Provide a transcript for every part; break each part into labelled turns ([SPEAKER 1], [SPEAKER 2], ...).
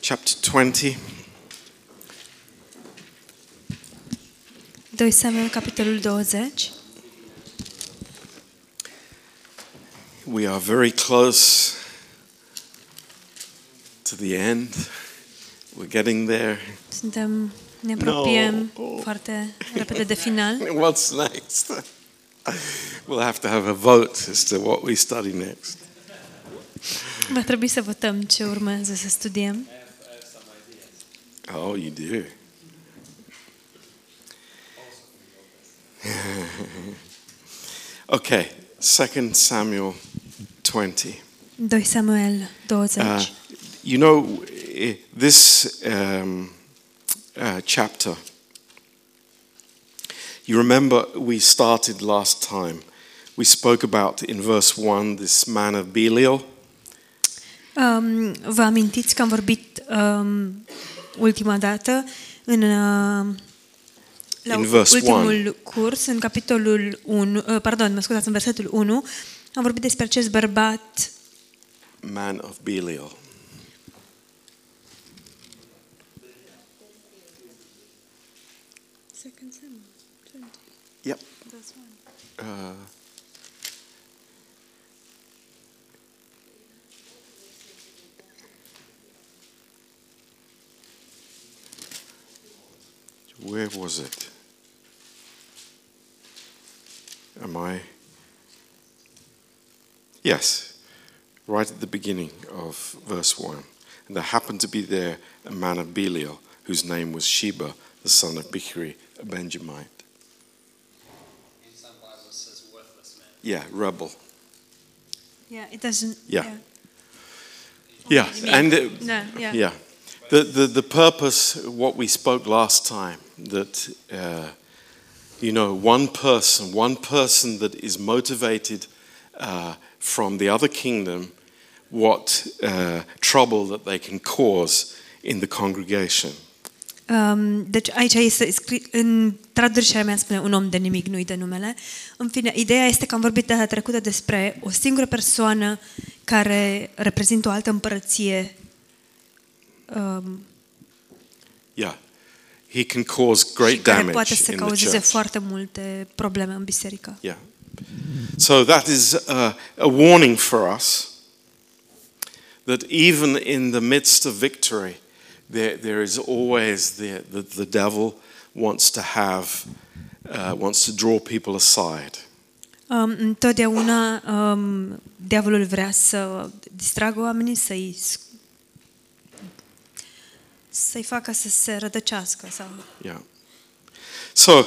[SPEAKER 1] chapter 20.
[SPEAKER 2] 2 Samuel, capitolul 20.
[SPEAKER 1] We are very close to the end. We're getting there.
[SPEAKER 2] Suntem, ne apropiem
[SPEAKER 1] No.
[SPEAKER 2] foarte repede de final.
[SPEAKER 1] What's next? We'll have to have a vote as to what we study next.
[SPEAKER 2] Va trebui să votăm ce urmează să studiem.
[SPEAKER 1] Oh, you do. okay, 2 Samuel 20.
[SPEAKER 2] 2 Samuel 20.
[SPEAKER 1] Uh, you know, eh, this um, uh, chapter, you remember we started last time. We spoke about in verse 1 this man of Belial.
[SPEAKER 2] Um, vă amintiți că am vorbit um, ultima dată în uh, la
[SPEAKER 1] In verse
[SPEAKER 2] ultimul curs, în capitolul 1, uh, pardon, mă scuzați, în versetul 1, am vorbit despre acest bărbat
[SPEAKER 1] Man of Belial. Yep. Uh, where was it? Am I? Yes, right at the beginning of verse 1. And there happened to be there a man of Belial, whose name was Sheba, the son of Bichri, a Benjamite.
[SPEAKER 3] In some Bibles it says worthless man.
[SPEAKER 1] Yeah, rebel.
[SPEAKER 2] Yeah, it doesn't.
[SPEAKER 1] Yeah. Yeah, and uh,
[SPEAKER 2] Da, yeah.
[SPEAKER 1] Yeah. The, the, the purpose, what we spoke last time, that, uh, you know, one person, one person that is motivated uh, from the other kingdom, what uh, trouble that they can cause in the congregation.
[SPEAKER 2] Um, deci aici este scris, în traducerea mea spune un om de nimic, nu-i de numele. În fine, ideea este că am vorbit data trecută despre o singură persoană care reprezintă o altă împărăție. Um,
[SPEAKER 1] Yeah. He can cause
[SPEAKER 2] și
[SPEAKER 1] great
[SPEAKER 2] care poate
[SPEAKER 1] damage
[SPEAKER 2] să
[SPEAKER 1] in the
[SPEAKER 2] cauzeze
[SPEAKER 1] church.
[SPEAKER 2] foarte multe probleme în biserică.
[SPEAKER 1] Yeah. So that is uh, a warning for us that even in the midst of victory, there, there is always the, the, the devil wants to have, uh, wants to draw people aside.
[SPEAKER 2] Um, întotdeauna um, diavolul vrea să distragă oamenii, să-i sc- să-i facă să se rădăcească sau
[SPEAKER 1] Yeah. So uh,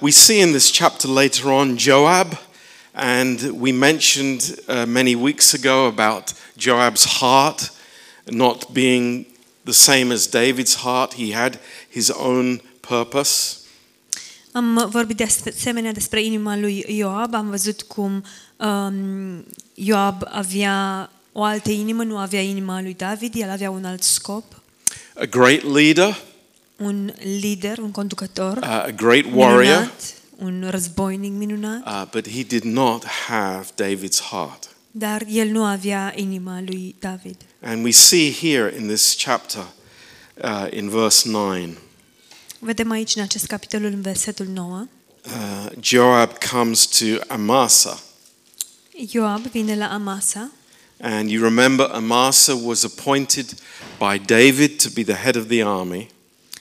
[SPEAKER 1] we see in this chapter later on Joab, and we mentioned uh, many weeks ago about Joab's heart not being the same as David's heart. He had his own purpose.
[SPEAKER 2] Am vorbit de asemenea despre inima lui Ioab, am văzut cum um, Ioab avea o altă inimă, nu avea inima lui David, el avea un alt scop,
[SPEAKER 1] A great leader,
[SPEAKER 2] un lider, un conducător,
[SPEAKER 1] uh, a great warrior,
[SPEAKER 2] minunat, un războinic minunat,
[SPEAKER 1] uh, but he did not have David's heart.
[SPEAKER 2] dar el nu avea inima lui David.
[SPEAKER 1] And we see here in this chapter, uh, in verse 9,
[SPEAKER 2] Vedem aici în acest capitol, în versetul 9,
[SPEAKER 1] uh, Joab comes to Amasa.
[SPEAKER 2] Ioab vine la Amasa,
[SPEAKER 1] And you remember Amasa was appointed by David to be the head of the army.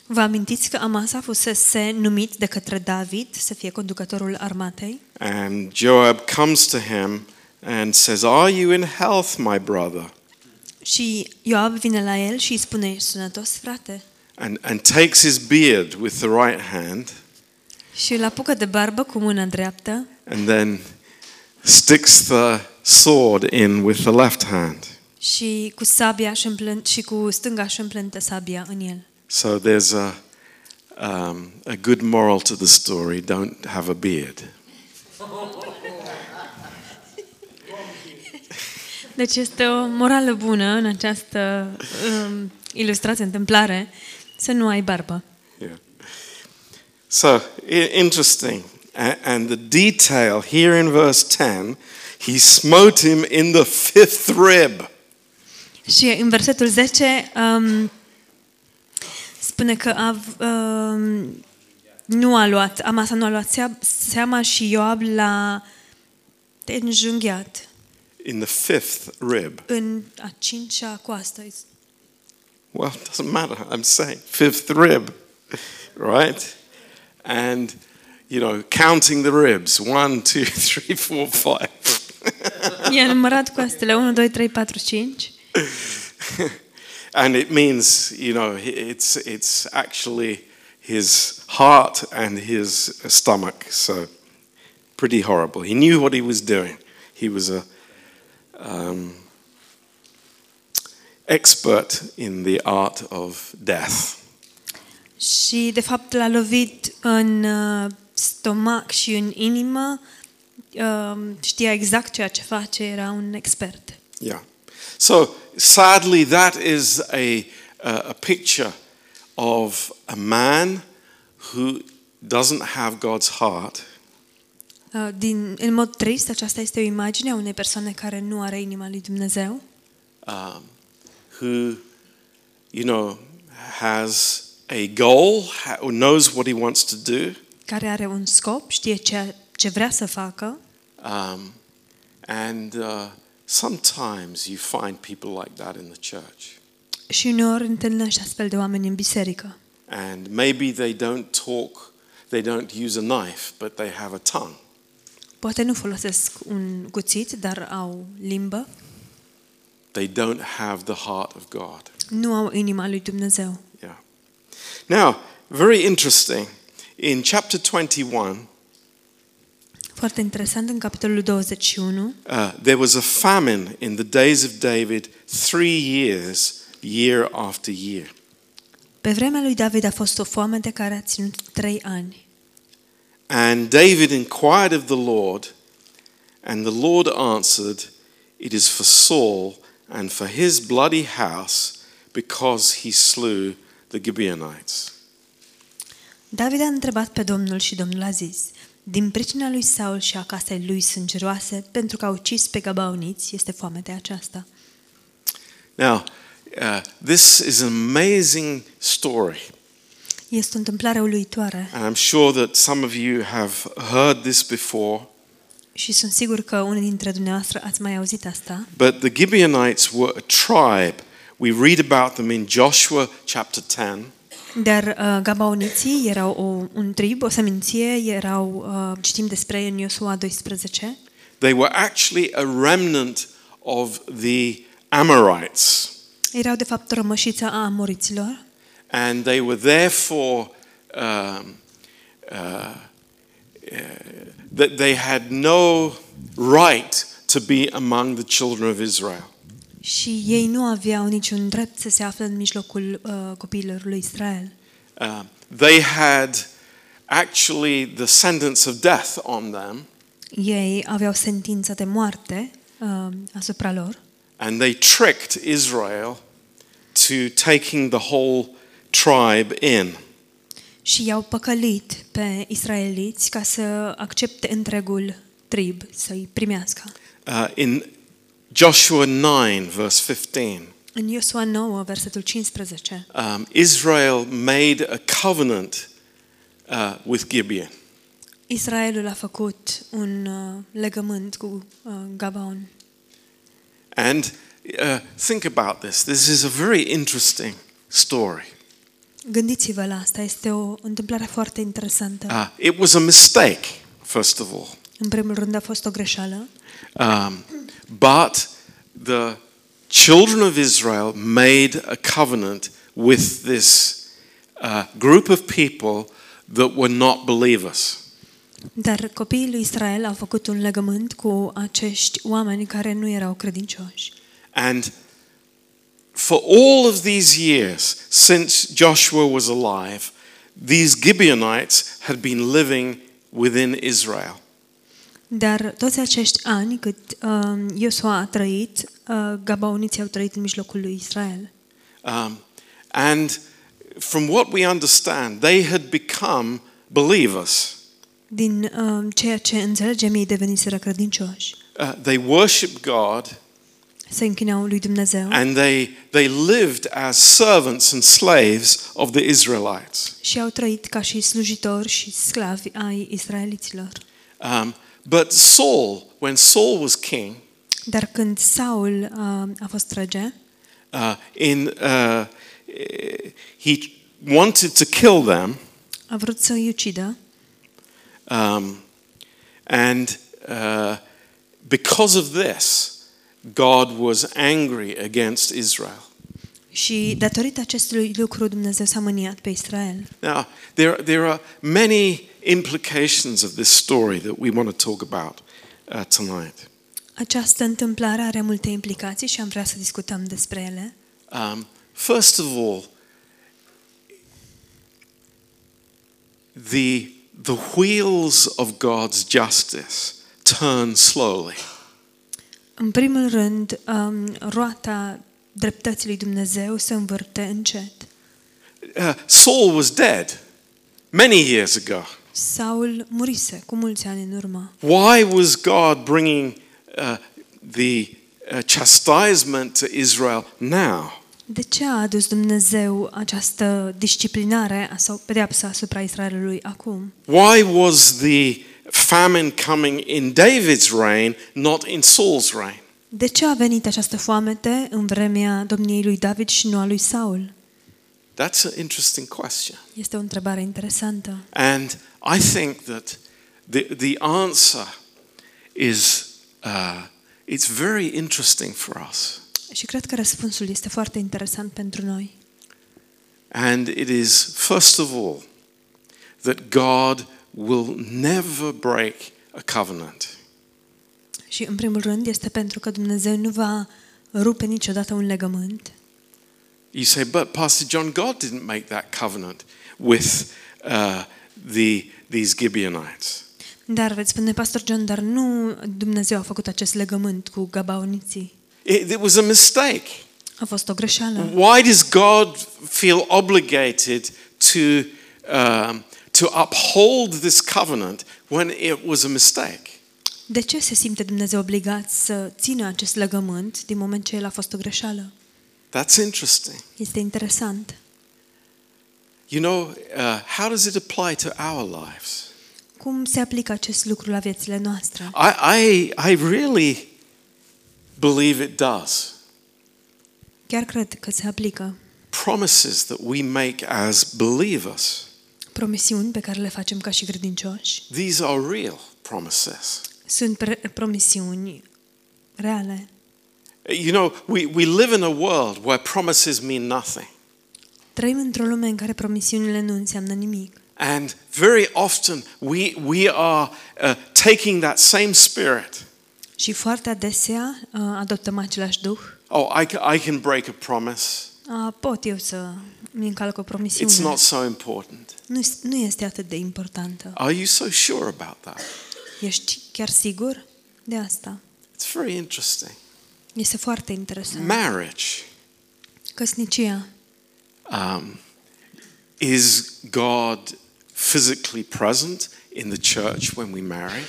[SPEAKER 2] vă amintiți că Amasa fusese numit de către David să fie conducătorul armatei?
[SPEAKER 1] And Joab comes to him and says, Are you in health, my brother?
[SPEAKER 2] Și Ioab vine la el și îi spune, "Ești sănătos, frate?
[SPEAKER 1] And, and takes his beard with the right hand
[SPEAKER 2] Și îl apucă de barbă cu mâna dreaptă
[SPEAKER 1] and then sticks the sword in with the left hand.
[SPEAKER 2] și cu sabia și, împlânt, și cu stânga și împlântă sabia în el.
[SPEAKER 1] So there's a, um, a good moral to the story don't have a beard.
[SPEAKER 2] Deci este o morală bună în această um, ilustrație, întâmplare, să nu ai barbă.
[SPEAKER 1] Yeah. So i- interesting. A- And the detail here in verse 10 he smote him in the fifth rib.
[SPEAKER 2] Și în versetul 10, um, spune că a, uh, nu a luat, Amasa nu a luat sea- seama și Ioab l-a înjunghiat
[SPEAKER 1] in the fifth rib.
[SPEAKER 2] în a cincea coastă.
[SPEAKER 1] Well, it doesn't matter. I'm saying fifth rib, right? And, you know, counting the ribs one, two, three, four, five.
[SPEAKER 2] I-a numărat coastele 1, 2, 3, 4, 5
[SPEAKER 1] and it means, you know, he- it's, it's actually his heart and his stomach. So, pretty horrible. He knew what he was doing, he was a um, expert in the art of death.
[SPEAKER 2] și de fapt l-a lovit în uh, stomac și în inimă. Uh, Știa exact ceea ce face, era un expert.
[SPEAKER 1] Yeah. So sadly, that is a, uh, a picture of a man who doesn't have God's heart
[SPEAKER 2] Uh, Din, în mod trist, aceasta este o imagine a unei persoane care nu are inima lui Dumnezeu,
[SPEAKER 1] um, who, you know, has a goal, ha- who knows what he wants to do,
[SPEAKER 2] care are un scop, știe ce, ce vrea să facă
[SPEAKER 1] um, and uh, sometimes you find people like that in the church.
[SPEAKER 2] și uneori întâlnești astfel de oameni în biserică.
[SPEAKER 1] And maybe they don't talk, they don't use a knife, but they have a tongue.
[SPEAKER 2] Poate nu folosesc un cuțit, dar au limbă,
[SPEAKER 1] They don't have the heart of God.
[SPEAKER 2] nu au inima lui Dumnezeu.
[SPEAKER 1] Yeah. Now, very interesting. In chapter 21,
[SPEAKER 2] Foarte interesant, în capitolul 21,
[SPEAKER 1] uh, there was a famine in the days of David, three years, year after year.
[SPEAKER 2] pe vremea lui David a fost o foame de care a ținut trei ani.
[SPEAKER 1] And David inquired of the Lord, and the Lord answered, It is for Saul and for his bloody house, because he slew the Gibeonites.
[SPEAKER 2] David a întrebat pe Domnul și Domnul a zis, Din pricina lui Saul și a casei lui sângeroase, pentru că au ucis pe gabaoniți, este foame de aceasta.
[SPEAKER 1] Now, uh, this is an amazing story.
[SPEAKER 2] Este o întâmplare uluitoare
[SPEAKER 1] And I'm sure that some of you have heard this before,
[SPEAKER 2] și sunt sigur că unii dintre dumneavoastră ați mai auzit asta.
[SPEAKER 1] but the Gibeonites were a tribe. We read about them in Joshua chapter 10,
[SPEAKER 2] Dar uh, gabaoniții erau o, un trib, o seminție, erau, uh, citim despre ei în Iosua 12,
[SPEAKER 1] they were actually a remnant of the Amorites,
[SPEAKER 2] erau de fapt rămășița a amoriților
[SPEAKER 1] and they were therefore. Um, uh, uh, that they had no right to be among the children of Israel.
[SPEAKER 2] și ei nu aveau niciun drept să se afle în mijlocul uh, copiilor lui Israel.
[SPEAKER 1] Uh, they had actually the sentence of death on them,
[SPEAKER 2] Ei aveau sentința de moarte uh, asupra lor
[SPEAKER 1] and they tricked Israel to taking the whole tribe in.
[SPEAKER 2] și i-au păcălit pe israeliți ca să accepte întregul trib, să-i primească.
[SPEAKER 1] Uh, in Joshua 9, verse 15,
[SPEAKER 2] În Iosua 9, versetul 15,
[SPEAKER 1] um, Israel made a covenant uh, with Gibeon.
[SPEAKER 2] Israelul a făcut un uh, legământ cu uh, Gabaon.
[SPEAKER 1] And uh, think about this this is a very interesting story.
[SPEAKER 2] Gândiți-vă la asta, este o întâmplare foarte interesantă.
[SPEAKER 1] Uh, it was a mistake, first of all.
[SPEAKER 2] În primul rând a fost o greșeală,
[SPEAKER 1] Um, but the children of Israel made a covenant with this uh, group of people that were not believers.
[SPEAKER 2] dar copiii lui Israel au făcut un legământ cu acești oameni care nu erau credincioși.
[SPEAKER 1] And for all of these years, since Joshua was alive, these Gibeonites had been living within Israel.
[SPEAKER 2] Dar toți acești ani cât uh, Iosua a trăit, uh, Gabaoniții au trăit în mijlocul lui Israel.
[SPEAKER 1] Um, and from what we understand, they had become believers.
[SPEAKER 2] Din uh, ceea ce înțelegem, ei deveniseră credincioși.
[SPEAKER 1] Uh, they worship God
[SPEAKER 2] se închinau lui Dumnezeu
[SPEAKER 1] and they, they lived as servants and slaves of the Israelites.
[SPEAKER 2] și au trăit ca și slujitori și sclavi ai israeliților.
[SPEAKER 1] Um, but Saul, when Saul was king,
[SPEAKER 2] Dar când Saul uh, a, a fost rege,
[SPEAKER 1] uh, in, uh, eh, he wanted to kill them,
[SPEAKER 2] a vrut să îi ucidă
[SPEAKER 1] um, and uh, because of this, God was angry against Israel.
[SPEAKER 2] și datorită acestui lucru Dumnezeu s-a mâniat pe Israel.
[SPEAKER 1] Now, there, there are many implications of this story that we want to talk about uh, tonight.
[SPEAKER 2] Această întâmplare are multe implicații și am vrea să discutăm despre ele.
[SPEAKER 1] Um, first of all, the, the wheels of God's justice turn slowly.
[SPEAKER 2] În primul rând, um, roata dreptății lui Dumnezeu se învârte încet.
[SPEAKER 1] Uh, Saul was dead many years ago.
[SPEAKER 2] Saul murise cu mulți ani în urmă.
[SPEAKER 1] Why was God bringing uh, the uh, chastisement to Israel now?
[SPEAKER 2] De ce a adus Dumnezeu această disciplinare sau pedeapsa asupra Israelului acum?
[SPEAKER 1] Why was the famine coming in David's reign, not in Saul's reign?
[SPEAKER 2] De ce a venit această foamete în vremea domniei lui David și nu a lui Saul?
[SPEAKER 1] That's an interesting question.
[SPEAKER 2] Este o întrebare interesantă.
[SPEAKER 1] And I think that the, the answer is uh, it's very interesting for us.
[SPEAKER 2] Și cred că răspunsul este foarte interesant pentru noi.
[SPEAKER 1] And it is, first of all, that God will never break a covenant.
[SPEAKER 2] Și în primul rând este pentru că Dumnezeu nu va rupe niciodată un legământ.
[SPEAKER 1] You say, but Pastor John, God didn't make that covenant with uh, the, these Gibeonites.
[SPEAKER 2] Dar veți spune, Pastor John, dar nu Dumnezeu a făcut acest legământ cu gabaoniții.
[SPEAKER 1] It, it was a mistake.
[SPEAKER 2] A fost o greșeală.
[SPEAKER 1] Why does God feel obligated to, um, to uphold this covenant when it was a mistake?
[SPEAKER 2] De ce se simte Dumnezeu obligat să țină acest legământ din moment ce el a fost o greșeală?
[SPEAKER 1] That's interesting.
[SPEAKER 2] Este interesant.
[SPEAKER 1] You know, uh, how does it apply to our lives?
[SPEAKER 2] Cum se aplică acest lucru la viețile noastre?
[SPEAKER 1] I, I, I really believe it does.
[SPEAKER 2] Chiar cred că se aplică
[SPEAKER 1] Promises that we make as believers,
[SPEAKER 2] promisiuni pe care le facem ca și credincioși.
[SPEAKER 1] these are real promises.
[SPEAKER 2] Sunt pre- promisiuni reale.
[SPEAKER 1] You know, we, we live in a world where promises mean nothing.
[SPEAKER 2] Trăim într-o lume în care promisiunile nu înseamnă nimic.
[SPEAKER 1] And very often we, we are uh, taking that same spirit.
[SPEAKER 2] Și foarte adesea uh, adoptăm același duh.
[SPEAKER 1] Oh, I, ca- I can break a promise.
[SPEAKER 2] A, pot eu să mi încalc o promisiune.
[SPEAKER 1] It's not so important.
[SPEAKER 2] Nu, es- nu este atât de importantă.
[SPEAKER 1] Are you so sure about that?
[SPEAKER 2] Ești chiar sigur de asta?
[SPEAKER 1] It's very interesting.
[SPEAKER 2] Este foarte interesant.
[SPEAKER 1] Marriage
[SPEAKER 2] Căsnicia
[SPEAKER 1] um, is God physically present in the church when we marry?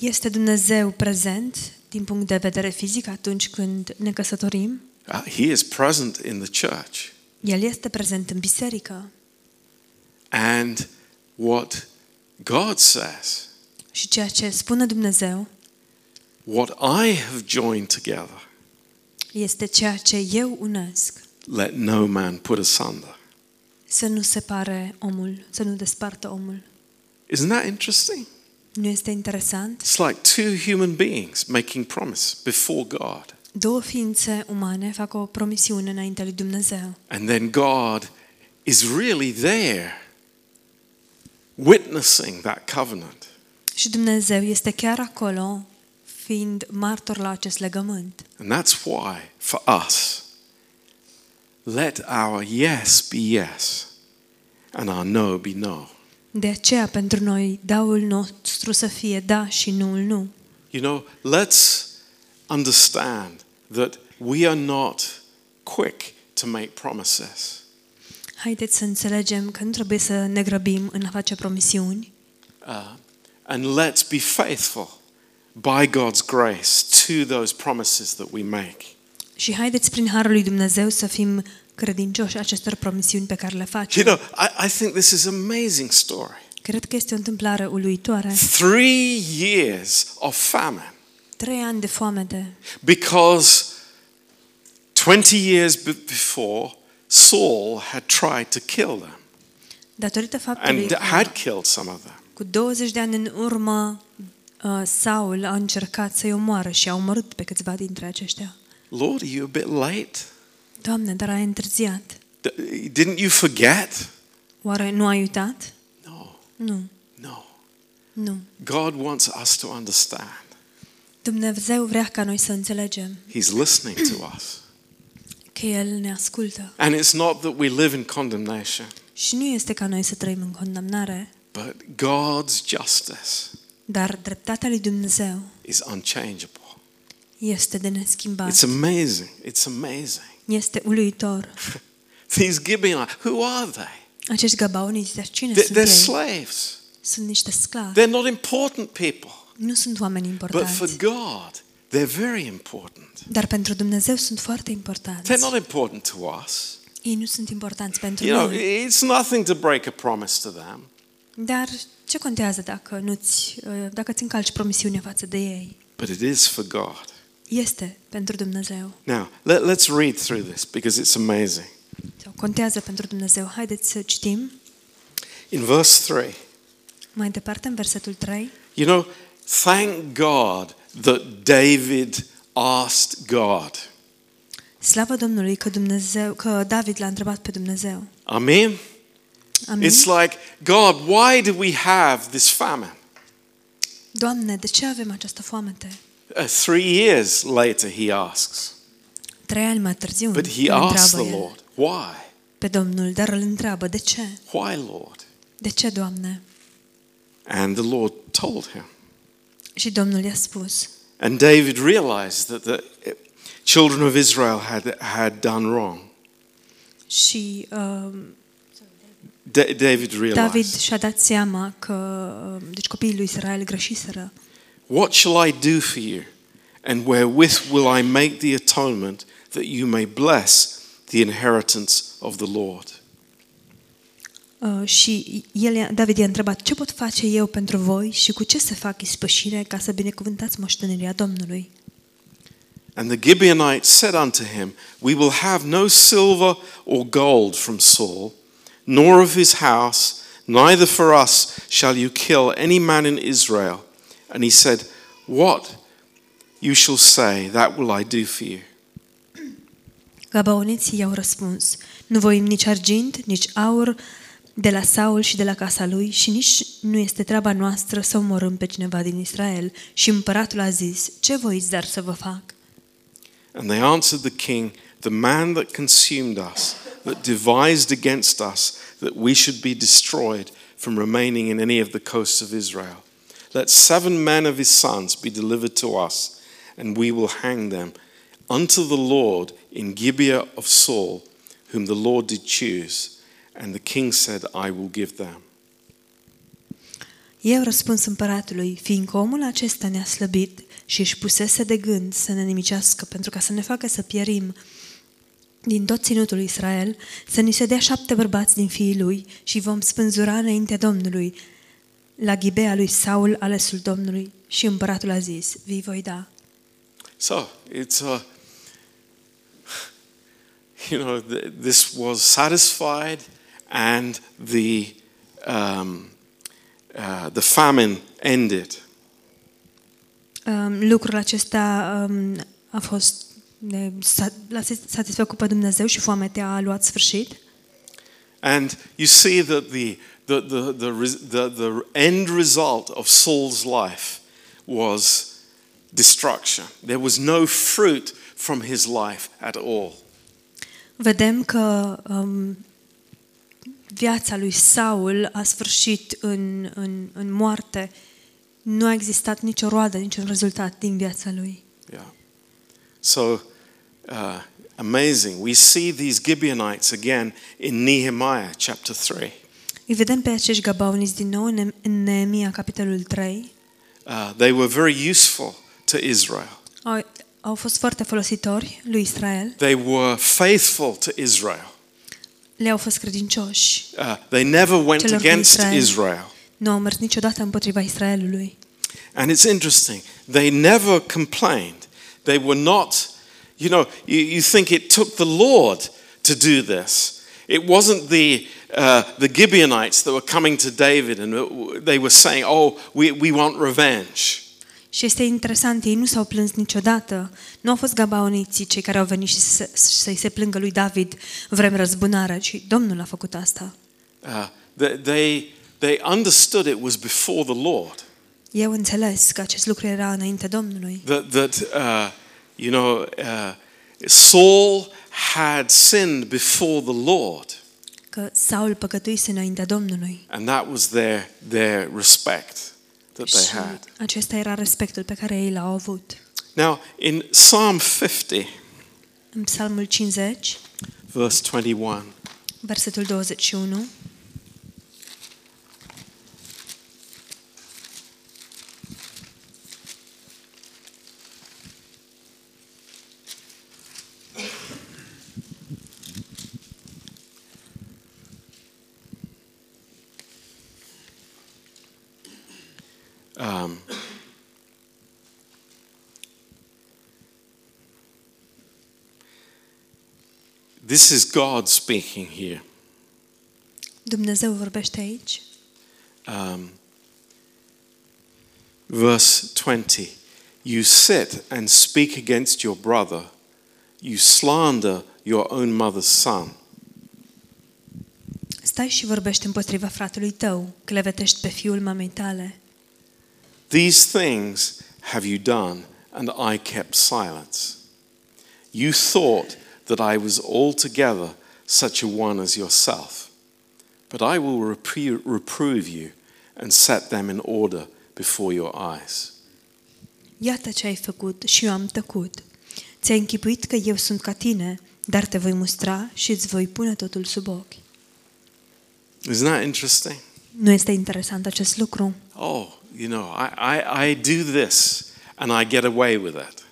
[SPEAKER 2] este Dumnezeu prezent din punct de vedere fizic atunci când ne căsătorim.
[SPEAKER 1] Uh, he is present in the church.
[SPEAKER 2] El este prezent în biserică.
[SPEAKER 1] And what God says,
[SPEAKER 2] Și ceea ce spune Dumnezeu
[SPEAKER 1] what I have joined together,
[SPEAKER 2] este ceea ce eu unesc.
[SPEAKER 1] let no man put asunder.
[SPEAKER 2] Să nu separe omul, să nu despartă omul.
[SPEAKER 1] Isn't that interesting?
[SPEAKER 2] Nu este interesant?
[SPEAKER 1] It's like two human beings making promise before God.
[SPEAKER 2] Două ființe umane fac o promisiune înainte lui Dumnezeu.
[SPEAKER 1] And then God is really there witnessing that covenant.
[SPEAKER 2] Și Dumnezeu este chiar acolo, fiind martor la acest legământ.
[SPEAKER 1] And that's why, for us, let our yes be yes and our no be no.
[SPEAKER 2] De aceea, pentru noi, daul nostru să fie da și nuul nu.
[SPEAKER 1] You know, let's understand that we are not quick to make promises.
[SPEAKER 2] Haideți să înțelegem că nu trebuie să ne grăbim în a face promisiuni
[SPEAKER 1] Uh, and let's be faithful by God's grace to those promises that we make.
[SPEAKER 2] Și haideți prin harul lui Dumnezeu să fim credincioși acestor promisiuni pe care
[SPEAKER 1] You
[SPEAKER 2] le facem.
[SPEAKER 1] know, I, I think this is an amazing story.
[SPEAKER 2] Cred că este o întâmplare uluitoare.
[SPEAKER 1] Three years of famine
[SPEAKER 2] Trei ani de foamete.
[SPEAKER 1] because 20 years be- before, Saul had tried to kill them
[SPEAKER 2] Datorită faptului
[SPEAKER 1] and
[SPEAKER 2] că
[SPEAKER 1] had killed some of them.
[SPEAKER 2] cu 20 de ani în urmă uh, Saul a încercat să-i omoară și a omorât pe câțiva dintre aceștia.
[SPEAKER 1] Lord, are you a bit late?
[SPEAKER 2] Doamne, dar ai întârziat.
[SPEAKER 1] D- Didn't you forget?
[SPEAKER 2] Oare nu ai uitat?
[SPEAKER 1] No,
[SPEAKER 2] Nu,
[SPEAKER 1] no.
[SPEAKER 2] nu.
[SPEAKER 1] God wants us to understand.
[SPEAKER 2] Dumnezeu vrea ca noi să înțelegem
[SPEAKER 1] He's listening to us.
[SPEAKER 2] că El ne ascultă.
[SPEAKER 1] And it's not that we live in condemnation,
[SPEAKER 2] Și nu este ca noi să trăim în condamnare,
[SPEAKER 1] but God's justice
[SPEAKER 2] dar dreptatea lui Dumnezeu
[SPEAKER 1] is unchangeable.
[SPEAKER 2] este de neschimbat.
[SPEAKER 1] It's amazing. It's amazing.
[SPEAKER 2] Este uluitor.
[SPEAKER 1] These Gibeonites, who are they?
[SPEAKER 2] Acești gabaoniți, dar cine
[SPEAKER 1] They're,
[SPEAKER 2] sunt
[SPEAKER 1] they're
[SPEAKER 2] ei?
[SPEAKER 1] slaves.
[SPEAKER 2] Sunt niște sclavi.
[SPEAKER 1] They're not important people.
[SPEAKER 2] Nu sunt oameni
[SPEAKER 1] But for
[SPEAKER 2] importanți.
[SPEAKER 1] God, they're very important.
[SPEAKER 2] Dar pentru Dumnezeu sunt foarte importanți.
[SPEAKER 1] They're not important to us.
[SPEAKER 2] Ei nu sunt importanți pentru
[SPEAKER 1] You know,
[SPEAKER 2] noi.
[SPEAKER 1] it's nothing to break a promise to them.
[SPEAKER 2] Dar ce contează dacă nu-ți, uh, dacă ți încalci promisiunea față de ei?
[SPEAKER 1] But it is for God.
[SPEAKER 2] Este pentru Dumnezeu.
[SPEAKER 1] Now, let, let's read through this because it's amazing.
[SPEAKER 2] Sau contează pentru Dumnezeu. Haideți să citim
[SPEAKER 1] In verse 3,
[SPEAKER 2] mai departe în versetul 3.
[SPEAKER 1] you know, thank God that David asked God.
[SPEAKER 2] Slavă Domnului că Dumnezeu, că David l-a întrebat pe Dumnezeu.
[SPEAKER 1] Amen?
[SPEAKER 2] Amin.
[SPEAKER 1] It's like, God, why do we have this famine?
[SPEAKER 2] Doamne, de ce avem această foamete?
[SPEAKER 1] Uh, three years later, he asks.
[SPEAKER 2] Trei ani mai târziu
[SPEAKER 1] But he
[SPEAKER 2] îl
[SPEAKER 1] asks the
[SPEAKER 2] întreabă el
[SPEAKER 1] Lord, why?
[SPEAKER 2] pe Domnul, dar îl întreabă, de ce?
[SPEAKER 1] Why, Lord?
[SPEAKER 2] De ce, Doamne?
[SPEAKER 1] And the Lord told him.
[SPEAKER 2] Și Domnul i-a spus.
[SPEAKER 1] And David realized that the uh, children of Israel had, had done wrong.
[SPEAKER 2] Și uh,
[SPEAKER 1] Da- David realized.
[SPEAKER 2] David și-a dat seama că uh, deci copiii lui Israel greșiseră.
[SPEAKER 1] What shall I do for you? And wherewith will I make the atonement that you may bless the inheritance of the Lord?
[SPEAKER 2] Uh, și el, i-a- David i-a întrebat, ce pot face eu pentru voi și cu ce să fac ispășire ca să binecuvântați moștenirea Domnului?
[SPEAKER 1] And the Gibeonites said unto him, We will have no silver or gold from Saul, nor of his house, neither for us shall you kill any man in Israel. And he said, What you shall say, that will I do for you.
[SPEAKER 2] Gabaoniții i-au răspuns, nu voim nici argint, nici aur de la Saul și de la casa lui și nici nu este treaba noastră să omorâm pe cineva din Israel. Și împăratul a zis, ce voiți dar să vă fac?
[SPEAKER 1] And they answered the king, The man that consumed us, that devised against us, that we should be destroyed from remaining in any of the coasts of Israel. Let seven men of his sons be delivered to us, and we will hang them unto the Lord in Gibeah of Saul, whom the Lord did choose. And the king said, I will give them.
[SPEAKER 2] Eu răspuns împăratului, fiindcă omul acesta ne-a slăbit și își pusese de gând să ne nimicească pentru ca să ne facă să pierim din tot ținutul lui Israel, să ni se dea șapte bărbați din fiii lui și vom spânzura înaintea Domnului, la ghibea lui Saul, alesul Domnului. Și împăratul a zis, vii voi da.
[SPEAKER 1] So it's a, you know, th- this was satisfied, and the um, uh, the famine ended.
[SPEAKER 2] Um, lucrul acesta um, a fost ne- sa- l-a satisfăcut pe Dumnezeu și foametea a luat sfârșit.
[SPEAKER 1] And you see that the the the the, res- the, the end result of Saul's life was destruction. There was no fruit from his life at all.
[SPEAKER 2] Vedem că um, viața lui Saul a sfârșit în, în, în moarte. Nu a existat nicio roadă, niciun rezultat din viața lui.
[SPEAKER 1] Yeah. So uh, amazing. We see these Gibeonites again in Nehemiah chapter 3.
[SPEAKER 2] Îi vedem pe acești gabauniți din nou în Ne- în Neemia, capitolul 3.
[SPEAKER 1] Uh, they were very useful to Israel.
[SPEAKER 2] Au, au fost foarte folositori lui Israel,
[SPEAKER 1] They were faithful to Israel.
[SPEAKER 2] le-au fost credincioși,
[SPEAKER 1] Uh, they never went
[SPEAKER 2] Celor din
[SPEAKER 1] against
[SPEAKER 2] Israel.
[SPEAKER 1] Israel.
[SPEAKER 2] nu au mers niciodată împotriva Israelului.
[SPEAKER 1] And it's interesting, they never complained. They were not, you know, you, you think it took the Lord to do this. It wasn't the, uh, the Gibeonites that were coming to David and uh, they were saying, oh, we, we want revenge.
[SPEAKER 2] Și este interesant, ei nu s-au plâns niciodată. Nu au fost gabaoniții cei care au venit și să- să-i se plângă lui David, vrem răzbunarea, ci Domnul a făcut asta.
[SPEAKER 1] Uh, they, they, they understood it was before the Lord.
[SPEAKER 2] Eu înțeles că acest lucru era înainte Domnului.
[SPEAKER 1] That, that uh, you know, uh, Saul had sinned before the Lord,
[SPEAKER 2] că Saul păcătuise înaintea Domnului.
[SPEAKER 1] and that was their, their respect that they
[SPEAKER 2] Și
[SPEAKER 1] had.
[SPEAKER 2] acesta era respectul pe care ei l-au avut.
[SPEAKER 1] Now, in Psalm 50,
[SPEAKER 2] În Psalmul 50,
[SPEAKER 1] verse 21,
[SPEAKER 2] versetul 21,
[SPEAKER 1] um, this is God speaking here.
[SPEAKER 2] Dumnezeu vorbește aici.
[SPEAKER 1] Um, verse 20 You sit and speak against your brother, you slander your own mother's son.
[SPEAKER 2] Stai și vorbește împotriva fratelui tău, clevetești pe fiul mamei tale.
[SPEAKER 1] These things have you done, and I kept silence. You thought that I was altogether such a one as yourself. But I will repre- reprove you and set them in order before your eyes.
[SPEAKER 2] Iată ce ai făcut și eu am tăcut. Ți-ai închipuit că eu sunt ca tine, dar te voi mustra și îți voi pune totul sub ochi.
[SPEAKER 1] Isn't that interesting?
[SPEAKER 2] Nu este interesant acest lucru?
[SPEAKER 1] Oh, you know, I, I, I do this and I get away with it.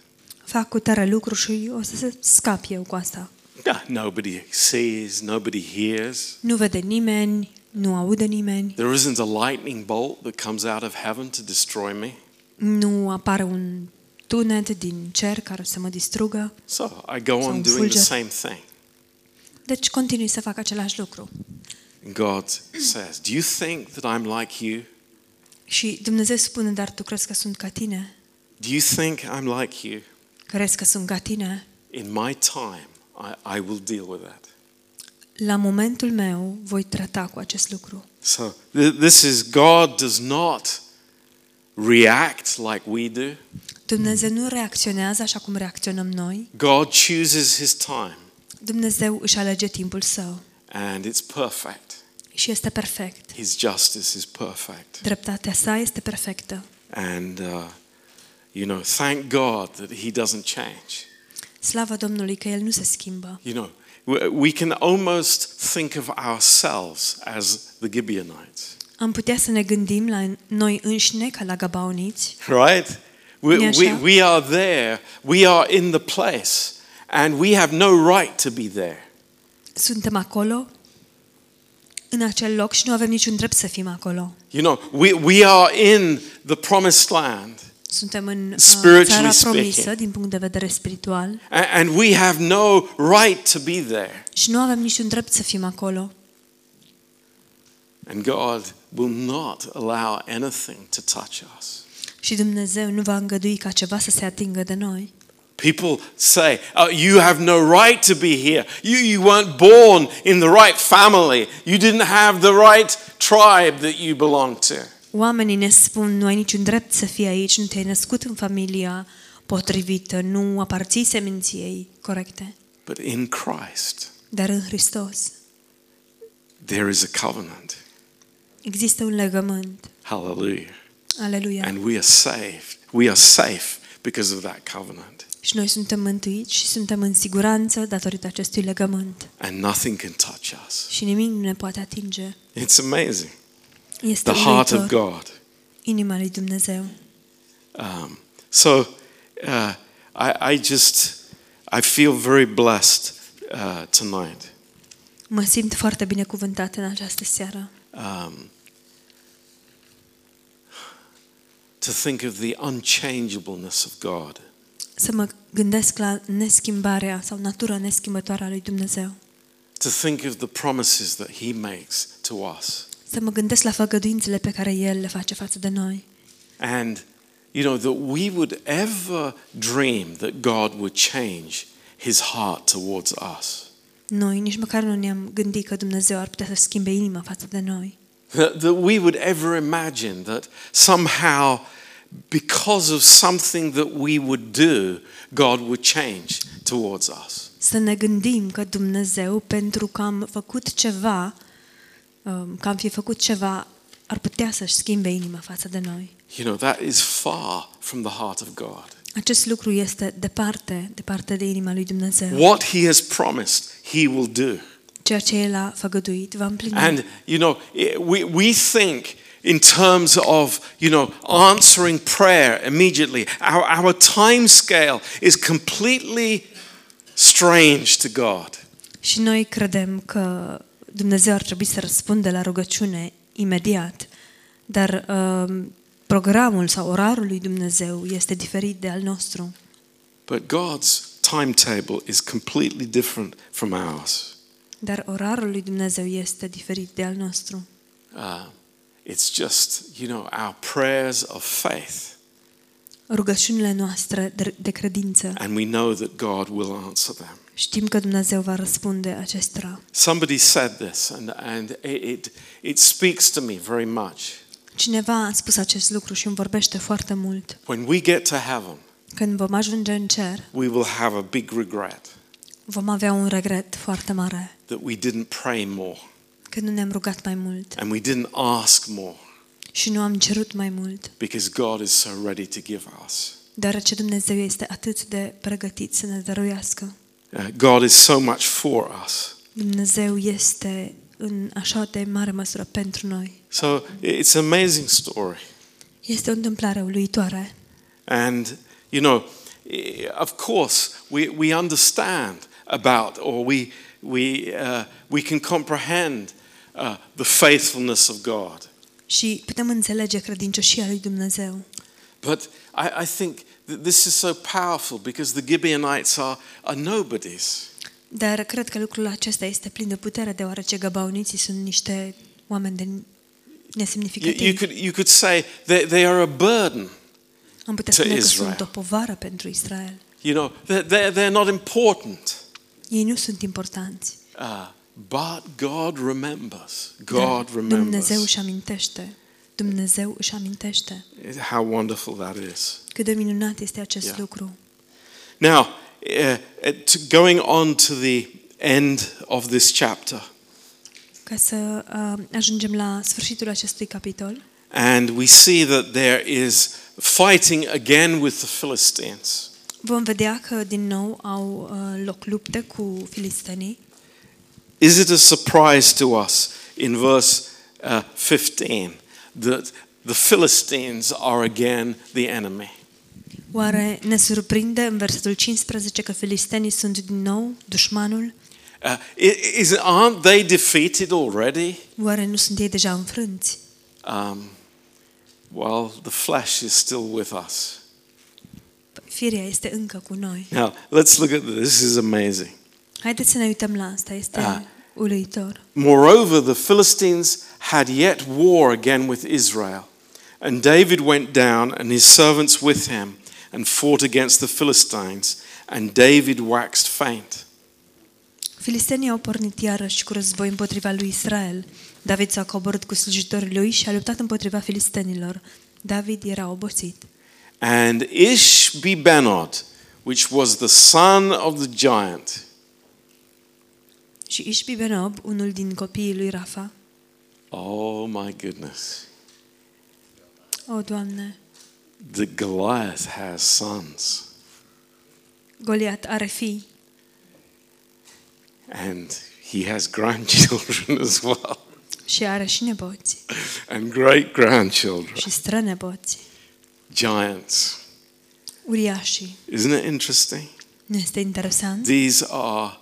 [SPEAKER 2] Fac cu tare lucru și o să scap eu cu asta.
[SPEAKER 1] Yeah, Nobody sees, nobody hears.
[SPEAKER 2] Nu vede nimeni, nu aude nimeni,
[SPEAKER 1] There isn't a lightning bolt that comes out of heaven to destroy me.
[SPEAKER 2] nu apare un tunet din cer care să mă distrugă.
[SPEAKER 1] So I go on
[SPEAKER 2] Sounds
[SPEAKER 1] doing the
[SPEAKER 2] soldier.
[SPEAKER 1] same thing.
[SPEAKER 2] Deci continui să fac același lucru.
[SPEAKER 1] And God says, Do you think that I'm like you?
[SPEAKER 2] Și Dumnezeu spune, dar tu crezi că sunt ca tine?
[SPEAKER 1] Do you think I'm like you?
[SPEAKER 2] Crezi că sunt ca tine?
[SPEAKER 1] In my time, I, I will deal with that.
[SPEAKER 2] La momentul meu voi trata cu acest lucru.
[SPEAKER 1] So th- this is God does not react like we do,
[SPEAKER 2] Dumnezeu nu reacționează așa cum reacționăm noi.
[SPEAKER 1] God chooses his time.
[SPEAKER 2] Dumnezeu își alege timpul său
[SPEAKER 1] and it's perfect.
[SPEAKER 2] și este perfect.
[SPEAKER 1] His justice is perfect.
[SPEAKER 2] Dreptatea sa este perfectă.
[SPEAKER 1] And, uh, you know, thank God that He doesn't change.
[SPEAKER 2] Slavă Domnului că El nu se schimbă.
[SPEAKER 1] You know, we- we can almost think of ourselves as the Gibeonites,
[SPEAKER 2] Am putea să ne gândim la noi înșine ca la gabaoniți,
[SPEAKER 1] right? We,
[SPEAKER 2] Yeah,
[SPEAKER 1] we,
[SPEAKER 2] sure.
[SPEAKER 1] we are there, we are in the place, and we have no right to be there.
[SPEAKER 2] suntem acolo, în acel loc și nu avem niciun drept să fim acolo.
[SPEAKER 1] You know, we, we are in the promised land,
[SPEAKER 2] Suntem în uh,
[SPEAKER 1] Spiritually
[SPEAKER 2] țara
[SPEAKER 1] speaking.
[SPEAKER 2] promisă din punct de vedere spiritual
[SPEAKER 1] a- and we have no right to be there.
[SPEAKER 2] și nu avem niciun drept să fim acolo.
[SPEAKER 1] And God will not allow anything to touch us.
[SPEAKER 2] Și Dumnezeu nu va îngădui ca ceva să se atingă de noi.
[SPEAKER 1] People say, oh, You have no right to be here. You, you weren't born in the right family. You didn't have the right tribe that you belong to.
[SPEAKER 2] Oamenii ne spun, nu ai niciun drept să fii aici, nu te-ai născut în familia potrivită, nu aparții seminției corecte.
[SPEAKER 1] But in Christ,
[SPEAKER 2] Dar în Hristos
[SPEAKER 1] there is a covenant.
[SPEAKER 2] există un legământ.
[SPEAKER 1] Hallelujah.
[SPEAKER 2] Aleluia!
[SPEAKER 1] And we are saved. We are safe because of that covenant.
[SPEAKER 2] Și noi suntem mântuiți și suntem în siguranță datorită acestui legământ.
[SPEAKER 1] And nothing can touch us.
[SPEAKER 2] Și nimic nu ne poate atinge.
[SPEAKER 1] It's amazing.
[SPEAKER 2] Este
[SPEAKER 1] The heart of
[SPEAKER 2] uluitor,
[SPEAKER 1] God.
[SPEAKER 2] inima lui Dumnezeu.
[SPEAKER 1] Um, so uh, I, I just, I feel very blessed uh, tonight.
[SPEAKER 2] Mă simt foarte binecuvântat în această seară.
[SPEAKER 1] um, to think of the unchangeableness of God.
[SPEAKER 2] Să mă gândesc la neschimbarea sau natura neschimbătoare a lui Dumnezeu.
[SPEAKER 1] To think of the promises that He makes to us.
[SPEAKER 2] Să mă gândesc la făgăduințele pe care El le face față de noi.
[SPEAKER 1] And, you know, that we would ever dream that God would change His heart towards us.
[SPEAKER 2] Noi nici măcar nu ne-am gândit că Dumnezeu ar putea să schimbe inima față de noi.
[SPEAKER 1] That, that we would ever imagine that somehow, because of something that we would do, God would change towards us.
[SPEAKER 2] Să ne gândim că Dumnezeu, pentru că am făcut ceva, um, că am fi făcut ceva, ar putea să-și schimbe inima față de noi.
[SPEAKER 1] You know, that is far from the heart of God.
[SPEAKER 2] Acest lucru este departe, departe de inima lui Dumnezeu.
[SPEAKER 1] What he has promised, he will do.
[SPEAKER 2] Ceea ce El a făgăduit va împlini.
[SPEAKER 1] And, you know, it- we, we think in terms of, you know, answering prayer immediately. Our, our time scale is completely strange to God.
[SPEAKER 2] Și noi credem că Dumnezeu ar trebui să răspundă la rugăciune imediat, dar um, programul sau orarul lui Dumnezeu este diferit de al nostru.
[SPEAKER 1] But God's timetable is completely different from ours.
[SPEAKER 2] Dar orarul lui Dumnezeu este diferit de al nostru.
[SPEAKER 1] Uh, it's just, you know, our prayers of faith.
[SPEAKER 2] Rugăciunile noastre de- de credință,
[SPEAKER 1] And we know that God will answer them.
[SPEAKER 2] știm că Dumnezeu va răspunde acestora.
[SPEAKER 1] Somebody said this, and, and it, it, it speaks to me very much.
[SPEAKER 2] Cineva a spus acest lucru și îmi vorbește foarte mult.
[SPEAKER 1] When we get to heaven,
[SPEAKER 2] Când vom ajunge în cer,
[SPEAKER 1] we will have a big regret
[SPEAKER 2] vom avea un regret foarte mare.
[SPEAKER 1] that we didn't pray more
[SPEAKER 2] Când nu ne-am rugat mai mult
[SPEAKER 1] and we didn't ask more
[SPEAKER 2] și nu am cerut mai mult,
[SPEAKER 1] because God is so ready to give us.
[SPEAKER 2] deoarece Dumnezeu este atât de pregătit să ne dăruiască.
[SPEAKER 1] Uh, God is so much for us.
[SPEAKER 2] Dumnezeu este în așa de mare măsură pentru noi.
[SPEAKER 1] So it's an amazing story.
[SPEAKER 2] Este o întâmplare uluitoare.
[SPEAKER 1] And, you know, eh, of course, we, we understand about or we, we, uh, we can comprehend uh, the faithfulness of God.
[SPEAKER 2] Și putem înțelege credincioșia lui Dumnezeu.
[SPEAKER 1] But I, I think that this is so powerful because the Gibeonites are, are nobodies.
[SPEAKER 2] Dar cred că lucrul acesta este plin de putere, deoarece gabaoniții sunt niște oameni de
[SPEAKER 1] You, you,
[SPEAKER 2] nesemnificativi.
[SPEAKER 1] could, you could say they, they are a burden.
[SPEAKER 2] Am putea
[SPEAKER 1] to
[SPEAKER 2] spune că
[SPEAKER 1] Israel.
[SPEAKER 2] sunt o povară pentru Israel.
[SPEAKER 1] You know, they're, they're, they're not important.
[SPEAKER 2] Ei nu sunt importanți.
[SPEAKER 1] Uh, but God remembers.
[SPEAKER 2] Dar
[SPEAKER 1] God
[SPEAKER 2] Dumnezeu
[SPEAKER 1] remembers.
[SPEAKER 2] își amintește. Dumnezeu își amintește.
[SPEAKER 1] How wonderful that is.
[SPEAKER 2] Cât de minunat este acest
[SPEAKER 1] Yeah.
[SPEAKER 2] lucru.
[SPEAKER 1] Now, uh, uh, to- going on to the end of this chapter,
[SPEAKER 2] Ca să uh, ajungem la sfârșitul acestui capitol,
[SPEAKER 1] and we see that there is fighting again with the Philistines.
[SPEAKER 2] vom vedea că din nou au uh, loc lupte cu filistenii.
[SPEAKER 1] Is it a surprise to us in verse uh, 15 that the Philistines are again the enemy?
[SPEAKER 2] Oare ne surprinde în versetul 15 că filistenii sunt din nou dușmanul?
[SPEAKER 1] Uh, i- is, aren't they defeated already?
[SPEAKER 2] Oare nu sunt ei deja înfrânți?
[SPEAKER 1] Um, well, the flesh is still with us.
[SPEAKER 2] Firea este încă cu noi.
[SPEAKER 1] Now, let's look at this. This is amazing.
[SPEAKER 2] Haideți să ne uităm la asta, este
[SPEAKER 1] Ah.
[SPEAKER 2] uluitor.
[SPEAKER 1] Moreover, the Philistines had yet war again with Israel. And David went down, and his servants with him, and fought against the Philistines. And David waxed faint.
[SPEAKER 2] Filistenii au pornit iarăși cu război împotriva lui Israel. David s-a coborât cu slujitorii lui și a luptat împotriva filistenilor. David era obosit.
[SPEAKER 1] And Ishbi-Benod, which was the son of the giant,
[SPEAKER 2] Și Ishbibenob, unul din copiii lui Rafa,
[SPEAKER 1] oh my goodness,
[SPEAKER 2] o, Doamne,
[SPEAKER 1] the Goliath has sons.
[SPEAKER 2] Goliat are fii
[SPEAKER 1] And he has grandchildren as well,
[SPEAKER 2] și are și nepoți
[SPEAKER 1] and great grandchildren,
[SPEAKER 2] și strănepoți,
[SPEAKER 1] giants.
[SPEAKER 2] uriașii.
[SPEAKER 1] Isn't it interesting?
[SPEAKER 2] Nu este interesant?
[SPEAKER 1] These are,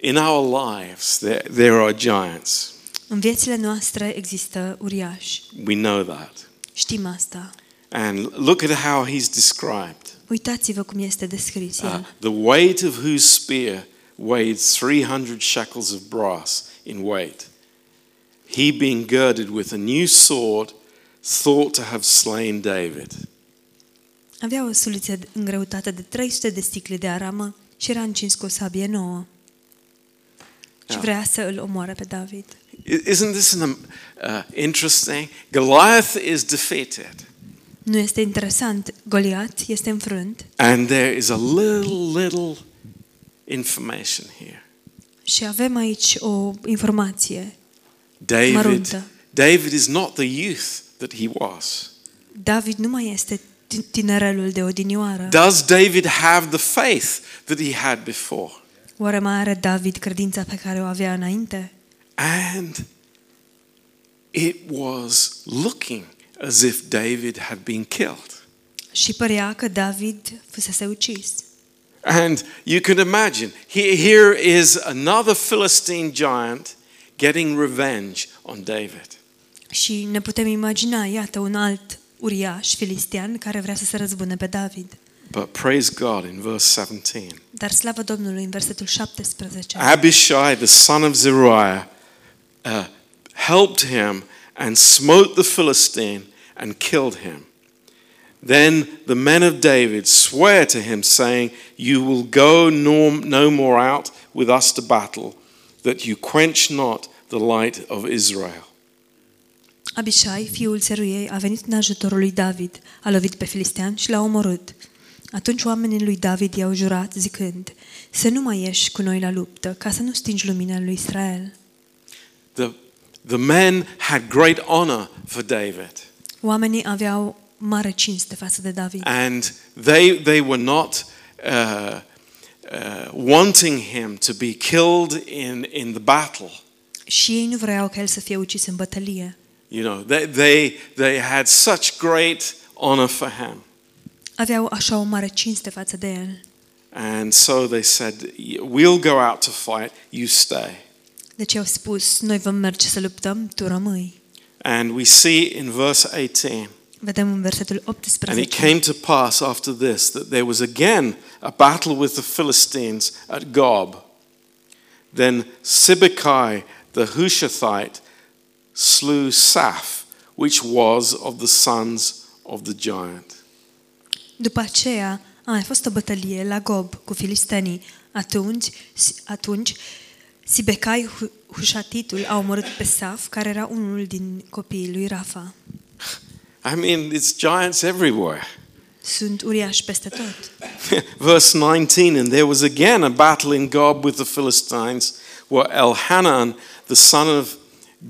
[SPEAKER 1] in our lives, there, there are giants.
[SPEAKER 2] În viețile noastre există uriași.
[SPEAKER 1] We know that.
[SPEAKER 2] Știm asta.
[SPEAKER 1] And look at how he's described.
[SPEAKER 2] Uitați-vă cum este descris
[SPEAKER 1] Uh,
[SPEAKER 2] el.
[SPEAKER 1] the weight of whose spear weighed 300 shekels of brass in weight. He, being girded with a new sword, thought to have slain David.
[SPEAKER 2] Avea o suliță îngreutate de 300 de sticle de aramă și era încins cu o sabie nouă. Și
[SPEAKER 1] Da.
[SPEAKER 2] vrea să îl omoare pe David.
[SPEAKER 1] I- Isn't this an, um, uh, interesting? Goliath is defeated,
[SPEAKER 2] Nu este interesant. Goliat este înfrânt
[SPEAKER 1] and there is a little, little information here.
[SPEAKER 2] și avem aici o informație.
[SPEAKER 1] David,
[SPEAKER 2] Măruntă.
[SPEAKER 1] David is not the youth that he was.
[SPEAKER 2] David nu mai este ti- tinerelul de odinioară.
[SPEAKER 1] Does David have the faith that he had before?
[SPEAKER 2] Oare mai are David credința pe care o avea înainte?
[SPEAKER 1] And it was looking as if David had been killed.
[SPEAKER 2] Și părea că David fusese ucis.
[SPEAKER 1] And you can imagine, he- here is another Philistine giant getting revenge on David.
[SPEAKER 2] Și ne putem imagina, iată, un alt uriaș filistian care vrea să se răzbune pe David.
[SPEAKER 1] But praise God in verse 17.
[SPEAKER 2] Dar slavă Domnului în versetul 17.
[SPEAKER 1] Abishai, the son of Zeruiah, uh, helped him and smote the Philistine and killed him. Then the men of David swear to him, saying, You will go no, no more out with us to battle, that you quench not the light of Israel.
[SPEAKER 2] Abishai, fiul Seruiei, a venit în ajutorul lui David, a lovit pe filistean și l-a omorât. Atunci oamenii lui David i-au jurat, zicând, să nu mai ieși cu noi la luptă, ca să nu stingi lumina lui Israel.
[SPEAKER 1] The, the men had great honor for David,
[SPEAKER 2] Oamenii aveau mare cinste față de David
[SPEAKER 1] and they, they were not. Uh, uh, wanting him to be killed in, in the battle.
[SPEAKER 2] și ei nu vreau ca el să fie ucis în bătălie.
[SPEAKER 1] You know, they, they, they had such great honor for him.
[SPEAKER 2] Aveau așa o mare cinste față de el.
[SPEAKER 1] And so they said, We'll go out to fight, you stay.
[SPEAKER 2] Deci au spus, noi vom merge să luptăm, tu rămâi.
[SPEAKER 1] And we see in verse 18,
[SPEAKER 2] Vedem în versetul
[SPEAKER 1] and it
[SPEAKER 2] 18.
[SPEAKER 1] came to pass after this that there was again a battle with the Philistines at Gob. Then Sibbecai the Hushathite slew Saph, which was of the sons of the giant.
[SPEAKER 2] După aceea a mai fost o bătălie la Gob cu filistenii. Atunci, atunci Sibecai Hu- Hușatitul a omorât pe Saf, care era unul din copiii lui Rafa.
[SPEAKER 1] I mean, it's giants everywhere.
[SPEAKER 2] Sunt uriași peste tot.
[SPEAKER 1] Verse 19 And there was again a battle in Gob with the Philistines, where Elhanan, the son of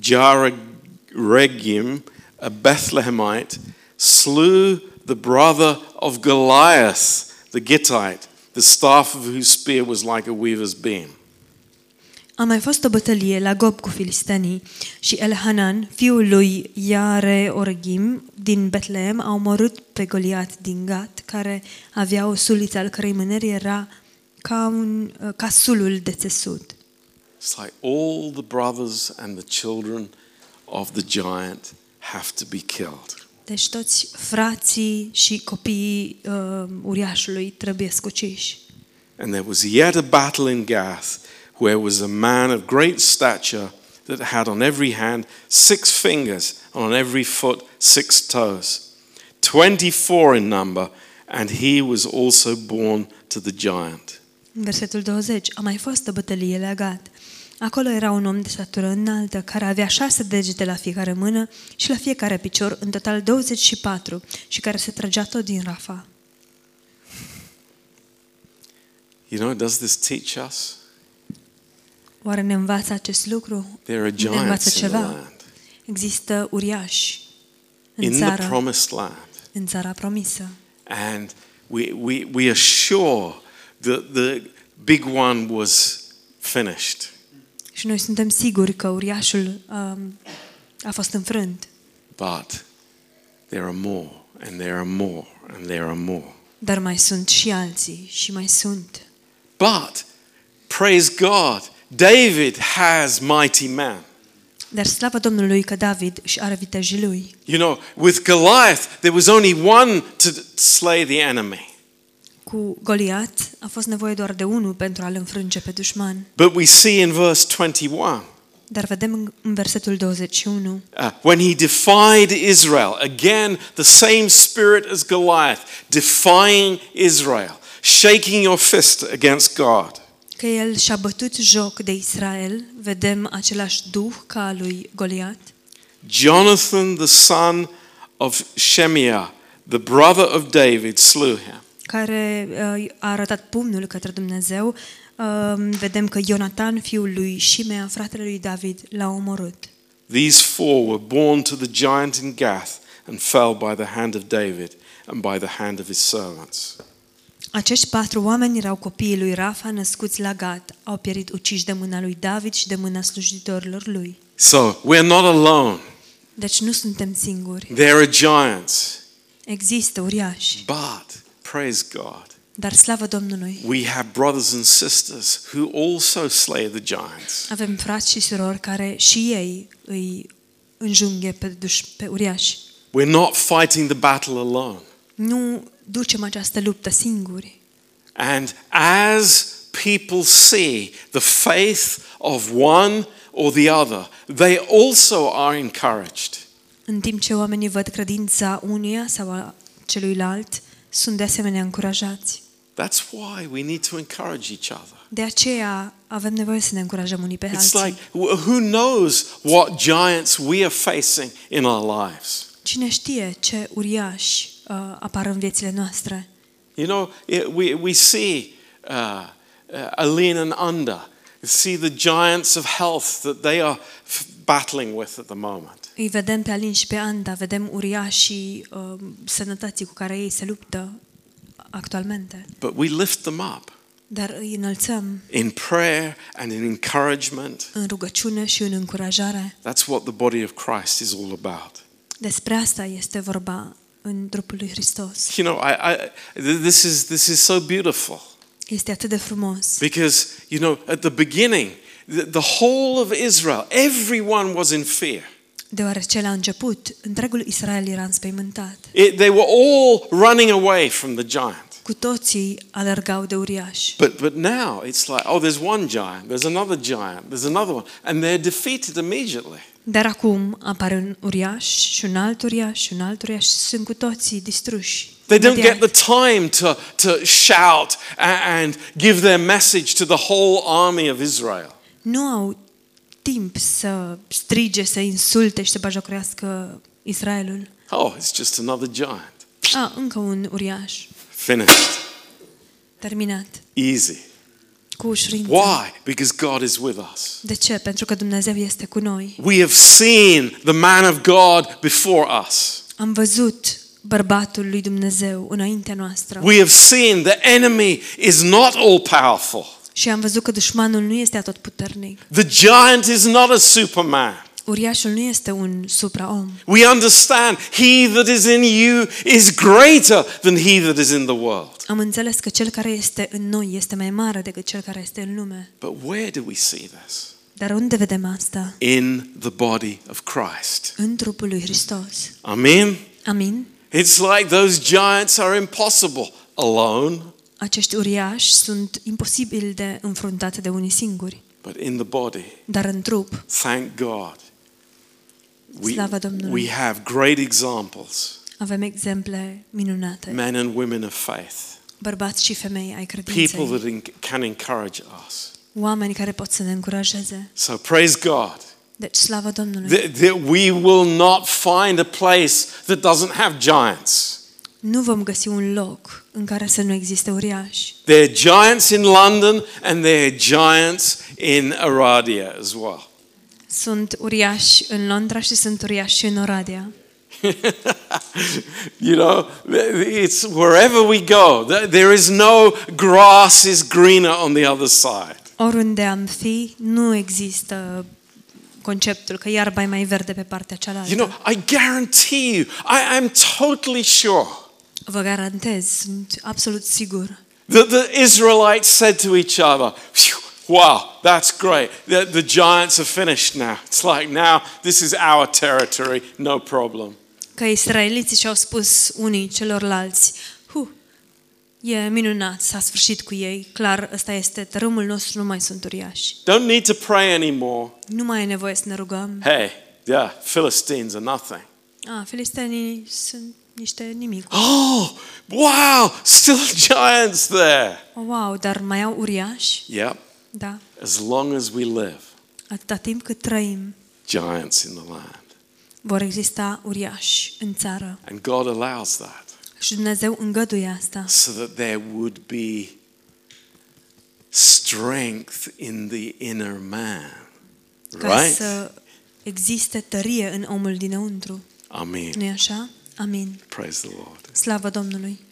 [SPEAKER 1] Jaregim, a Bethlehemite, slew the brother of Goliath, the Gittite, the staff of whose spear was like a weaver's beam.
[SPEAKER 2] A mai fost o bătălie la Gob cu filistenii și Elhanan, fiul lui Iare Orghim din Betlehem, a omorât pe Goliat din Gat, care avea o suliță al cărei mâneri era ca, un, ca sulul de țesut.
[SPEAKER 1] It's like all the brothers and the children of the giant have to be killed.
[SPEAKER 2] Deci toți frații și copiii uh, uriașului trebuie scuciși.
[SPEAKER 1] And there was yet a battle in Gath, where was a man of great stature that had on every hand six fingers, and on every foot six toes, 24 in number, and he was also born to the giant.
[SPEAKER 2] În versetul 20 a mai fost o bătălie la Gat. Acolo era un om de statură înaltă care avea șase degete la fiecare mână și la fiecare picior, în total 24, și care se trăgea tot din Rafa.
[SPEAKER 1] You know, does this teach us?
[SPEAKER 2] Oare ne învață acest lucru?
[SPEAKER 1] There are
[SPEAKER 2] Ne învață
[SPEAKER 1] giants in the
[SPEAKER 2] ceva.
[SPEAKER 1] land,
[SPEAKER 2] Există uriași în
[SPEAKER 1] in the
[SPEAKER 2] țara,
[SPEAKER 1] promised land.
[SPEAKER 2] în țara promisă.
[SPEAKER 1] And we, we, we are sure that the big one was finished.
[SPEAKER 2] Și noi suntem siguri că uriașul um, a fost înfrânt.
[SPEAKER 1] But there are more, and there are more, and there are more.
[SPEAKER 2] Dar mai sunt și alții și mai sunt.
[SPEAKER 1] But praise God, David has mighty man.
[SPEAKER 2] Dar slavă Domnului că David și are vitejii lui.
[SPEAKER 1] You know, with Goliath, there was only one to slay the enemy.
[SPEAKER 2] Cu Goliat a fost nevoie doar de unul pentru a-l înfrânge pe dușman.
[SPEAKER 1] But we see in verse 21,
[SPEAKER 2] Dar vedem în- în versetul 21,
[SPEAKER 1] uh, when he defied Israel, again, the same spirit as Goliath, defying Israel, shaking your fist against God.
[SPEAKER 2] că el și-a bătut joc de Israel, vedem același duh ca al lui Goliat.
[SPEAKER 1] Jonathan, the son of Shemiah, the brother of David, slew him.
[SPEAKER 2] care uh, a arătat pumnul către Dumnezeu, um, vedem că Ionatan, fiul lui Shimea, fratele lui David, l-a omorât.
[SPEAKER 1] These four were born to the giant in Gath and fell by the hand of David and by the hand of his servants.
[SPEAKER 2] Acești patru oameni erau copiii lui Rafa, născuți la Gat. Au pierit uciși de mâna lui David și de mâna slujitorilor lui.
[SPEAKER 1] So we're not alone.
[SPEAKER 2] Deci nu suntem singuri.
[SPEAKER 1] There are giants.
[SPEAKER 2] Există uriași.
[SPEAKER 1] But, praise God,
[SPEAKER 2] Dar slavă Domnului!
[SPEAKER 1] we have brothers and sisters who also slay the giants.
[SPEAKER 2] Avem frați și surori care și ei îi înjunghe pe, duș- pe uriași.
[SPEAKER 1] We're not fighting the battle alone.
[SPEAKER 2] Nu ducem această luptă singuri.
[SPEAKER 1] And as people see the faith of one or the other, they also are encouraged.
[SPEAKER 2] În timp ce oamenii văd credința unuia sau a celuilalt, sunt de asemenea încurajați.
[SPEAKER 1] That's why we need to encourage each other.
[SPEAKER 2] De aceea avem nevoie să ne încurajăm unii pe
[SPEAKER 1] It's
[SPEAKER 2] alții.
[SPEAKER 1] like wh- who knows what giants we are facing in our lives.
[SPEAKER 2] Cine știe ce uriași uh, apar în viețile noastre?
[SPEAKER 1] You know, it- we, we see uh, uh, Aline and Under, see the giants of health that they are f- battling with at the moment.
[SPEAKER 2] Îi vedem pe Alin și pe Anda, vedem uriașii uh, sănătății cu care ei se luptă actualmente.
[SPEAKER 1] But we lift them up
[SPEAKER 2] Dar îi înălțăm
[SPEAKER 1] in prayer and in encouragement.
[SPEAKER 2] în rugăciune și în încurajare.
[SPEAKER 1] That's what the body of Christ is all about.
[SPEAKER 2] Despre asta este vorba în trupul lui Hristos.
[SPEAKER 1] You know, I, I, th- this, is, this is so beautiful.
[SPEAKER 2] Este atât de frumos.
[SPEAKER 1] Because, you know, at the beginning, the, the whole of Israel, everyone was in fear.
[SPEAKER 2] Deoarece la început, întregul Israel era înspăimântat.
[SPEAKER 1] It, they were all running away from the giant.
[SPEAKER 2] Cu toții alergau de uriaș.
[SPEAKER 1] But, but now it's like, oh, there's one giant, there's another giant, there's another one. And they're defeated immediately.
[SPEAKER 2] Dar acum apare un uriaș și un alt uriaș și un alt uriaș și sunt cu toții distruși.
[SPEAKER 1] They don't
[SPEAKER 2] Imediat.
[SPEAKER 1] get the time to, to shout a- and give their message to the whole army of Israel.
[SPEAKER 2] Nu au timp să strige, să insulte și să bajocorească Israelul.
[SPEAKER 1] Oh, it's just another giant.
[SPEAKER 2] A, încă un uriaș.
[SPEAKER 1] Finished.
[SPEAKER 2] Terminat.
[SPEAKER 1] Easy.
[SPEAKER 2] Cu ușurință.
[SPEAKER 1] Why? Because God is with us.
[SPEAKER 2] De ce? Pentru că Dumnezeu este cu noi.
[SPEAKER 1] We have seen the man of God before us.
[SPEAKER 2] Am văzut bărbatul lui Dumnezeu înaintea noastră.
[SPEAKER 1] We have seen the enemy is not all powerful.
[SPEAKER 2] Și am văzut că dușmanul nu este atotputernic.
[SPEAKER 1] The giant is not a superman.
[SPEAKER 2] Uriașul nu este un supraom.
[SPEAKER 1] We understand he that is in you is greater than he that is in the world.
[SPEAKER 2] Am înțeles că cel care este în noi este mai mare decât cel care este în lume.
[SPEAKER 1] But where do we see this?
[SPEAKER 2] Dar unde vedem asta?
[SPEAKER 1] In the body of Christ.
[SPEAKER 2] În trupul lui Hristos.
[SPEAKER 1] Amen.
[SPEAKER 2] Amin?
[SPEAKER 1] It's like those giants are impossible alone,
[SPEAKER 2] Acești uriași sunt imposibil de înfruntate de unii singuri.
[SPEAKER 1] but in the body.
[SPEAKER 2] Dar în trup,
[SPEAKER 1] Thank God. We,
[SPEAKER 2] Slava Domnului.
[SPEAKER 1] we have great examples,
[SPEAKER 2] avem exemple minunate.
[SPEAKER 1] men and women of faith,
[SPEAKER 2] Bărbați și femei ai
[SPEAKER 1] people
[SPEAKER 2] credinței.
[SPEAKER 1] that en- can encourage us.
[SPEAKER 2] Oameni care pot să ne încurajeze.
[SPEAKER 1] So praise God
[SPEAKER 2] Deci slavă Domnului.
[SPEAKER 1] that, that we will not find a place that doesn't have giants.
[SPEAKER 2] Nu vom găsi un loc în care să nu existe uriași.
[SPEAKER 1] There are giants in London and there are giants in Aradia as well.
[SPEAKER 2] Sunt uriași în Londra și sunt uriași și în Oradea.
[SPEAKER 1] you know, it's wherever we go, there there is no grass is greener on the other side.
[SPEAKER 2] Oriunde am fi, nu există conceptul că iarba e mai verde pe partea cealaltă.
[SPEAKER 1] You know, I guarantee you, I am totally sure
[SPEAKER 2] Vă garantez, sunt absolut sigur.
[SPEAKER 1] The, the Israelites said to each other, "Phew, Wow, that's great. The, the giants are finished now. It's like now this is our territory, no problem.
[SPEAKER 2] Că israeliții și-au spus unii celorlalți, Hu, e minunat, s-a sfârșit cu ei, clar, ăsta este tărâmul nostru, nu mai sunt uriași.
[SPEAKER 1] Don't need to pray anymore.
[SPEAKER 2] Nu mai e nevoie să ne rugăm.
[SPEAKER 1] Hey, yeah, Philistines are nothing.
[SPEAKER 2] A, filistenii sunt niște nimic.
[SPEAKER 1] Oh, wow, still giants there.
[SPEAKER 2] Oh, wow, dar mai au uriași?
[SPEAKER 1] Yep,
[SPEAKER 2] Da,
[SPEAKER 1] as long as we live,
[SPEAKER 2] atâta timp cât trăim,
[SPEAKER 1] giants in the land.
[SPEAKER 2] vor exista uriași în țară.
[SPEAKER 1] And God allows that
[SPEAKER 2] Și Dumnezeu îngăduie asta,
[SPEAKER 1] so that there would be strength in the inner man.
[SPEAKER 2] ca
[SPEAKER 1] Right?
[SPEAKER 2] să existe tărie în omul dinăuntru.
[SPEAKER 1] Amen.
[SPEAKER 2] nu e așa? Amin.
[SPEAKER 1] Praise the Lord.
[SPEAKER 2] Slavă Domnului!